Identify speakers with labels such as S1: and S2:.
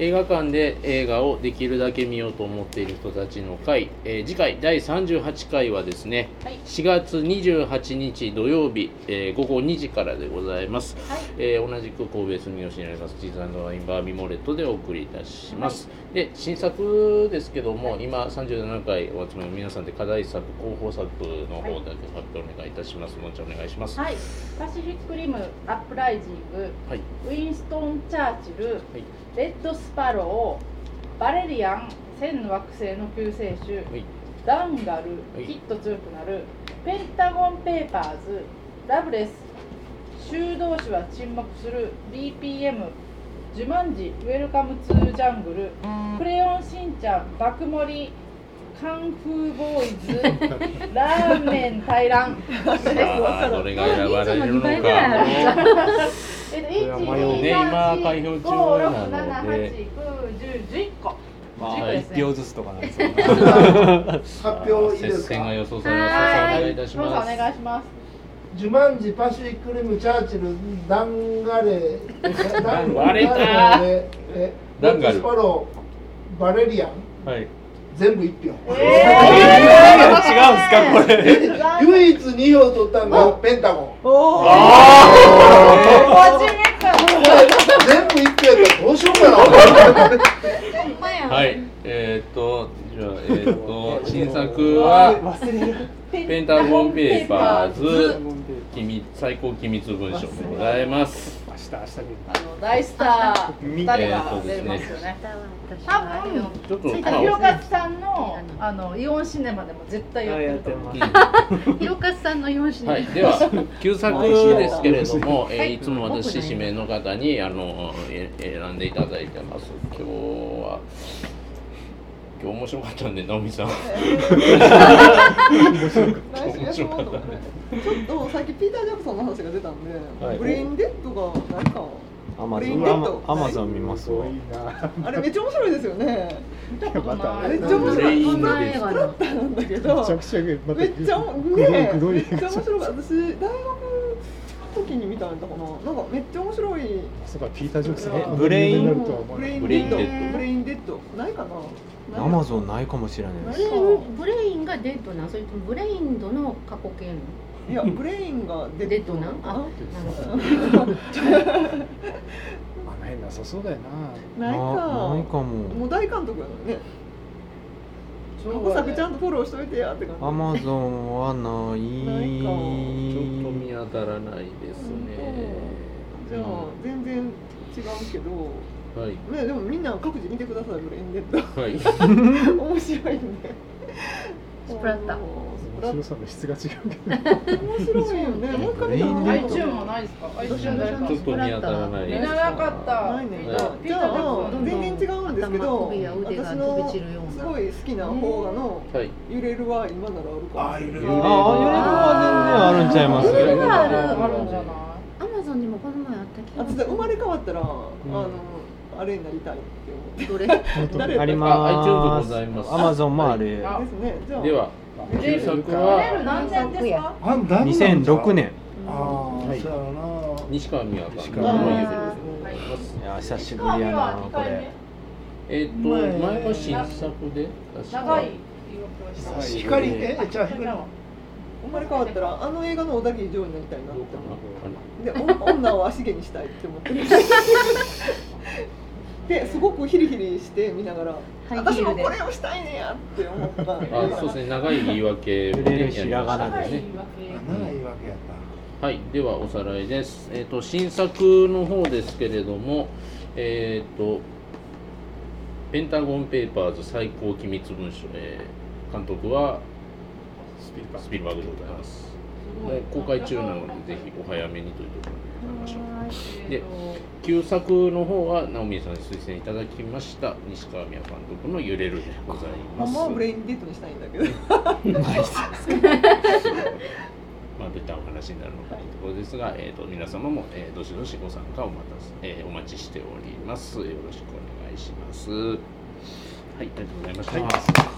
S1: 映画館で映画をできるだけ見ようと思っている人たちの会、えー次回第38回はですね、
S2: はい
S1: 4月28日土曜日、えー午後2時からでございます、
S2: はい
S1: えー同じく神戸住吉にありますチーズワインバーミモレットでお送りいたします、で新作ですけども、今37回お集まりの皆さんで課題作広報作の方だけ発表お願いいたしますもちろんお願いします
S2: はい、パシフィックリムアップライジング
S1: はい
S2: ウィンストン・チャーチル、
S1: い
S2: レッド・スパローバレリアン千の惑星の救世主
S1: はい
S2: ダンガル、
S1: はい
S2: きっと強くなるペンタゴン・ペーパーズラブレス修道士は沈黙する BPM ジュマンジウェルカム・ツー・ジャングルクレヨンしんちゃん爆盛りカンフーボーイ ズラーメン大乱
S1: さあどれが選ばれるのか
S3: 二倍ぐらいあるじゃん
S2: えっと、
S4: れは迷う
S2: 1、2、
S1: ね今
S2: 3、
S1: 開票
S2: 4、5、6、
S1: 中な
S2: 7、8、9、10、
S1: ので
S2: 11個。
S4: ま
S2: 10個
S4: あ
S2: です
S4: 一
S2: ね
S4: 票ずつとかなんですよね。
S5: 発表いいで
S1: 接
S5: す
S1: 戦が
S5: か
S1: 予想されます
S3: は
S1: お
S3: い
S1: 願いいたし
S2: どうぞ
S1: ま
S2: お
S1: す
S2: 願いします。
S5: ジュマンジ、パシフィックリム、チャーチル、ダンガレ、ダ
S1: 割れた
S5: レえ
S1: ダンガル
S5: レッドスパロー、バレリアン、
S1: はい
S5: 全部一票。
S4: 違うんですかこれ。
S5: え唯一二票取ったのがペンタゴン。
S2: 真面目か。
S5: 全部一票やったらどうしようかな。
S1: はい、えー、っと、じゃあ、えー、っと、新作は、
S4: 忘れる。
S1: ペンタゴンペーパーズ
S4: 忘れ、
S1: 機密最高機密文書でございます。
S4: 明日明日見る。
S2: あの、大スター、二人が出ますよね。多分、
S1: ちょっと、
S2: ひ
S1: ま
S2: ろ
S1: あ、
S2: かつさんの、あの、イオンシネマでも絶対やってると思う。
S3: ひろかさんの4品
S1: はい、では、旧作ですけれども、えーいつも私、指名の方に、あの、え選んでいただいてます。今日は。今日面白かったんで、直美さん。
S6: 来週休もうと思ってちょっとさっきピーター・ジャクソンの話が出たんで、
S1: はい
S6: ブレインデッドが何か
S4: アマ
S6: ブ
S4: ゾ
S6: レイン
S4: ン
S6: デッド
S4: アマゾン見ますわ。
S6: あれめっちゃ面白いですよねめっちゃ面
S1: ブレ
S6: 白
S1: イ
S6: い
S1: ン
S6: ス
S1: デッ
S6: プ
S1: ド
S6: ラッターなんだけどめっちゃねめっちゃ面白かった私大学の時に見たんだかななんかめっちゃ面白い
S7: そうか、ピーター・ジョークさん
S6: え
S7: が
S4: ブレイン
S7: 有名になるとは思わ
S6: ブ
S7: な
S6: レ
S7: い
S6: イン
S1: ブ
S6: デ
S1: レインデ
S6: ッド
S1: ッド
S6: ブレインデッドないかな
S4: アマゾンないかもしれないです。
S3: ブレインがデッドなんそれともブレインドの過去形
S6: ンいやブレインがデ
S3: のデ
S6: ッ
S3: ッド
S6: ド
S3: な
S6: なんん
S3: あ
S6: か
S3: な
S6: な
S3: るほど
S7: あの辺なさそうだよな。
S6: ないか
S4: あないか
S6: も
S4: も。
S6: う大監督やのにね過去作ちゃんとフォローしといてやって感じ
S4: アマゾンはない。
S6: ないか
S1: ちょっと見当たらないですね。
S6: じゃあ全然違うけど、
S1: はい。
S6: ね、でもみんな各自見てくださいブレインデッド
S1: はい。
S6: 面白いね
S3: スプラッター
S6: スプラ
S7: 面白
S6: ッ
S7: さの質が違うけど。
S6: ター面白いよねもう一回見た
S4: ブ
S6: ら
S4: レインデッド
S2: iTune もないですか。iTune 誰か
S1: ちょっと見当たらない。
S2: 見なかった。
S6: ないね
S1: はい
S2: ピ
S6: じ
S2: ー
S6: ゃ
S2: ター・ジャ
S6: あ
S2: クソン。
S6: 全然違うんですけ
S3: 頭
S6: ど
S3: 首や腕が
S6: 私
S3: 飛び
S6: の
S3: 散るような
S6: すごい好きな方がの
S1: はい。
S6: 「揺れる」は今ならあるか
S5: ああ揺れる
S4: ああ揺れるは全然あるんちゃいます。
S3: 揺れるはある
S2: あるんじゃない
S3: アマゾンにもこの前あった気
S6: あ
S3: が
S6: つ
S3: す
S6: だ
S3: る
S6: 生まれ変わったら、あのあれになりたいって思って
S3: どれ
S7: 本当
S6: 誰
S4: あり
S1: あ
S4: ま
S1: iTunes
S4: す。
S1: ございます
S4: アマゾンもある。
S2: あ
S6: ですねじゃあ
S1: では、
S2: 見れ
S1: 旧
S2: る
S1: 作
S2: 見れ
S1: は
S2: る何年ですか。
S5: あんだ
S4: 2006。年。
S5: ああ、そうやろな。
S1: 西川美和さん
S7: 西
S1: の
S7: 川
S1: 思い
S7: 美
S1: 出で
S7: 和
S2: さ
S1: ございます。
S4: いや久しぶ
S2: 川
S4: り
S2: 美
S4: やな
S2: は二
S4: こ
S2: 回目
S4: れ。。
S1: えっと、
S5: 前
S1: 前は新作で、確か
S2: 長い言い訳をした。
S5: 光えじゃあ光は
S6: 生まれ変わったらあの映画の小田切城になりたいなって思
S1: あ
S6: ってでお女を足毛にしたいって思ってるですごくヒリヒリして見ながら
S3: ハイヒ
S6: 私
S3: ー
S6: も
S3: ルで
S6: これをしたいねやって思った
S1: のあそうですね、長い言い訳も
S4: 触れ
S1: ね
S4: るひらがな
S1: やりましたね
S2: 言い訳。
S5: ないわけやっ
S1: はい、ではおさらいです。えっ、と新作の方ですけれども、えっ、とペンタゴンペーパーズ最高機密文書、えー監督は
S7: スピー
S1: スピルバーグでございます。もう公開中なのでぜひお早めにというところでございましょう。で旧作の方は直美さんに推薦いただきました西川美和監督の「揺れる」でございま
S6: まあ
S1: す
S6: まあブレインデッドにしたいんだけど
S1: まあどういったお話になるのかというところですが、えー、と皆様も、えーどしどしご参加お待たせ、えーお待ちしておりますよろしくお願いしますはいありがとうございました、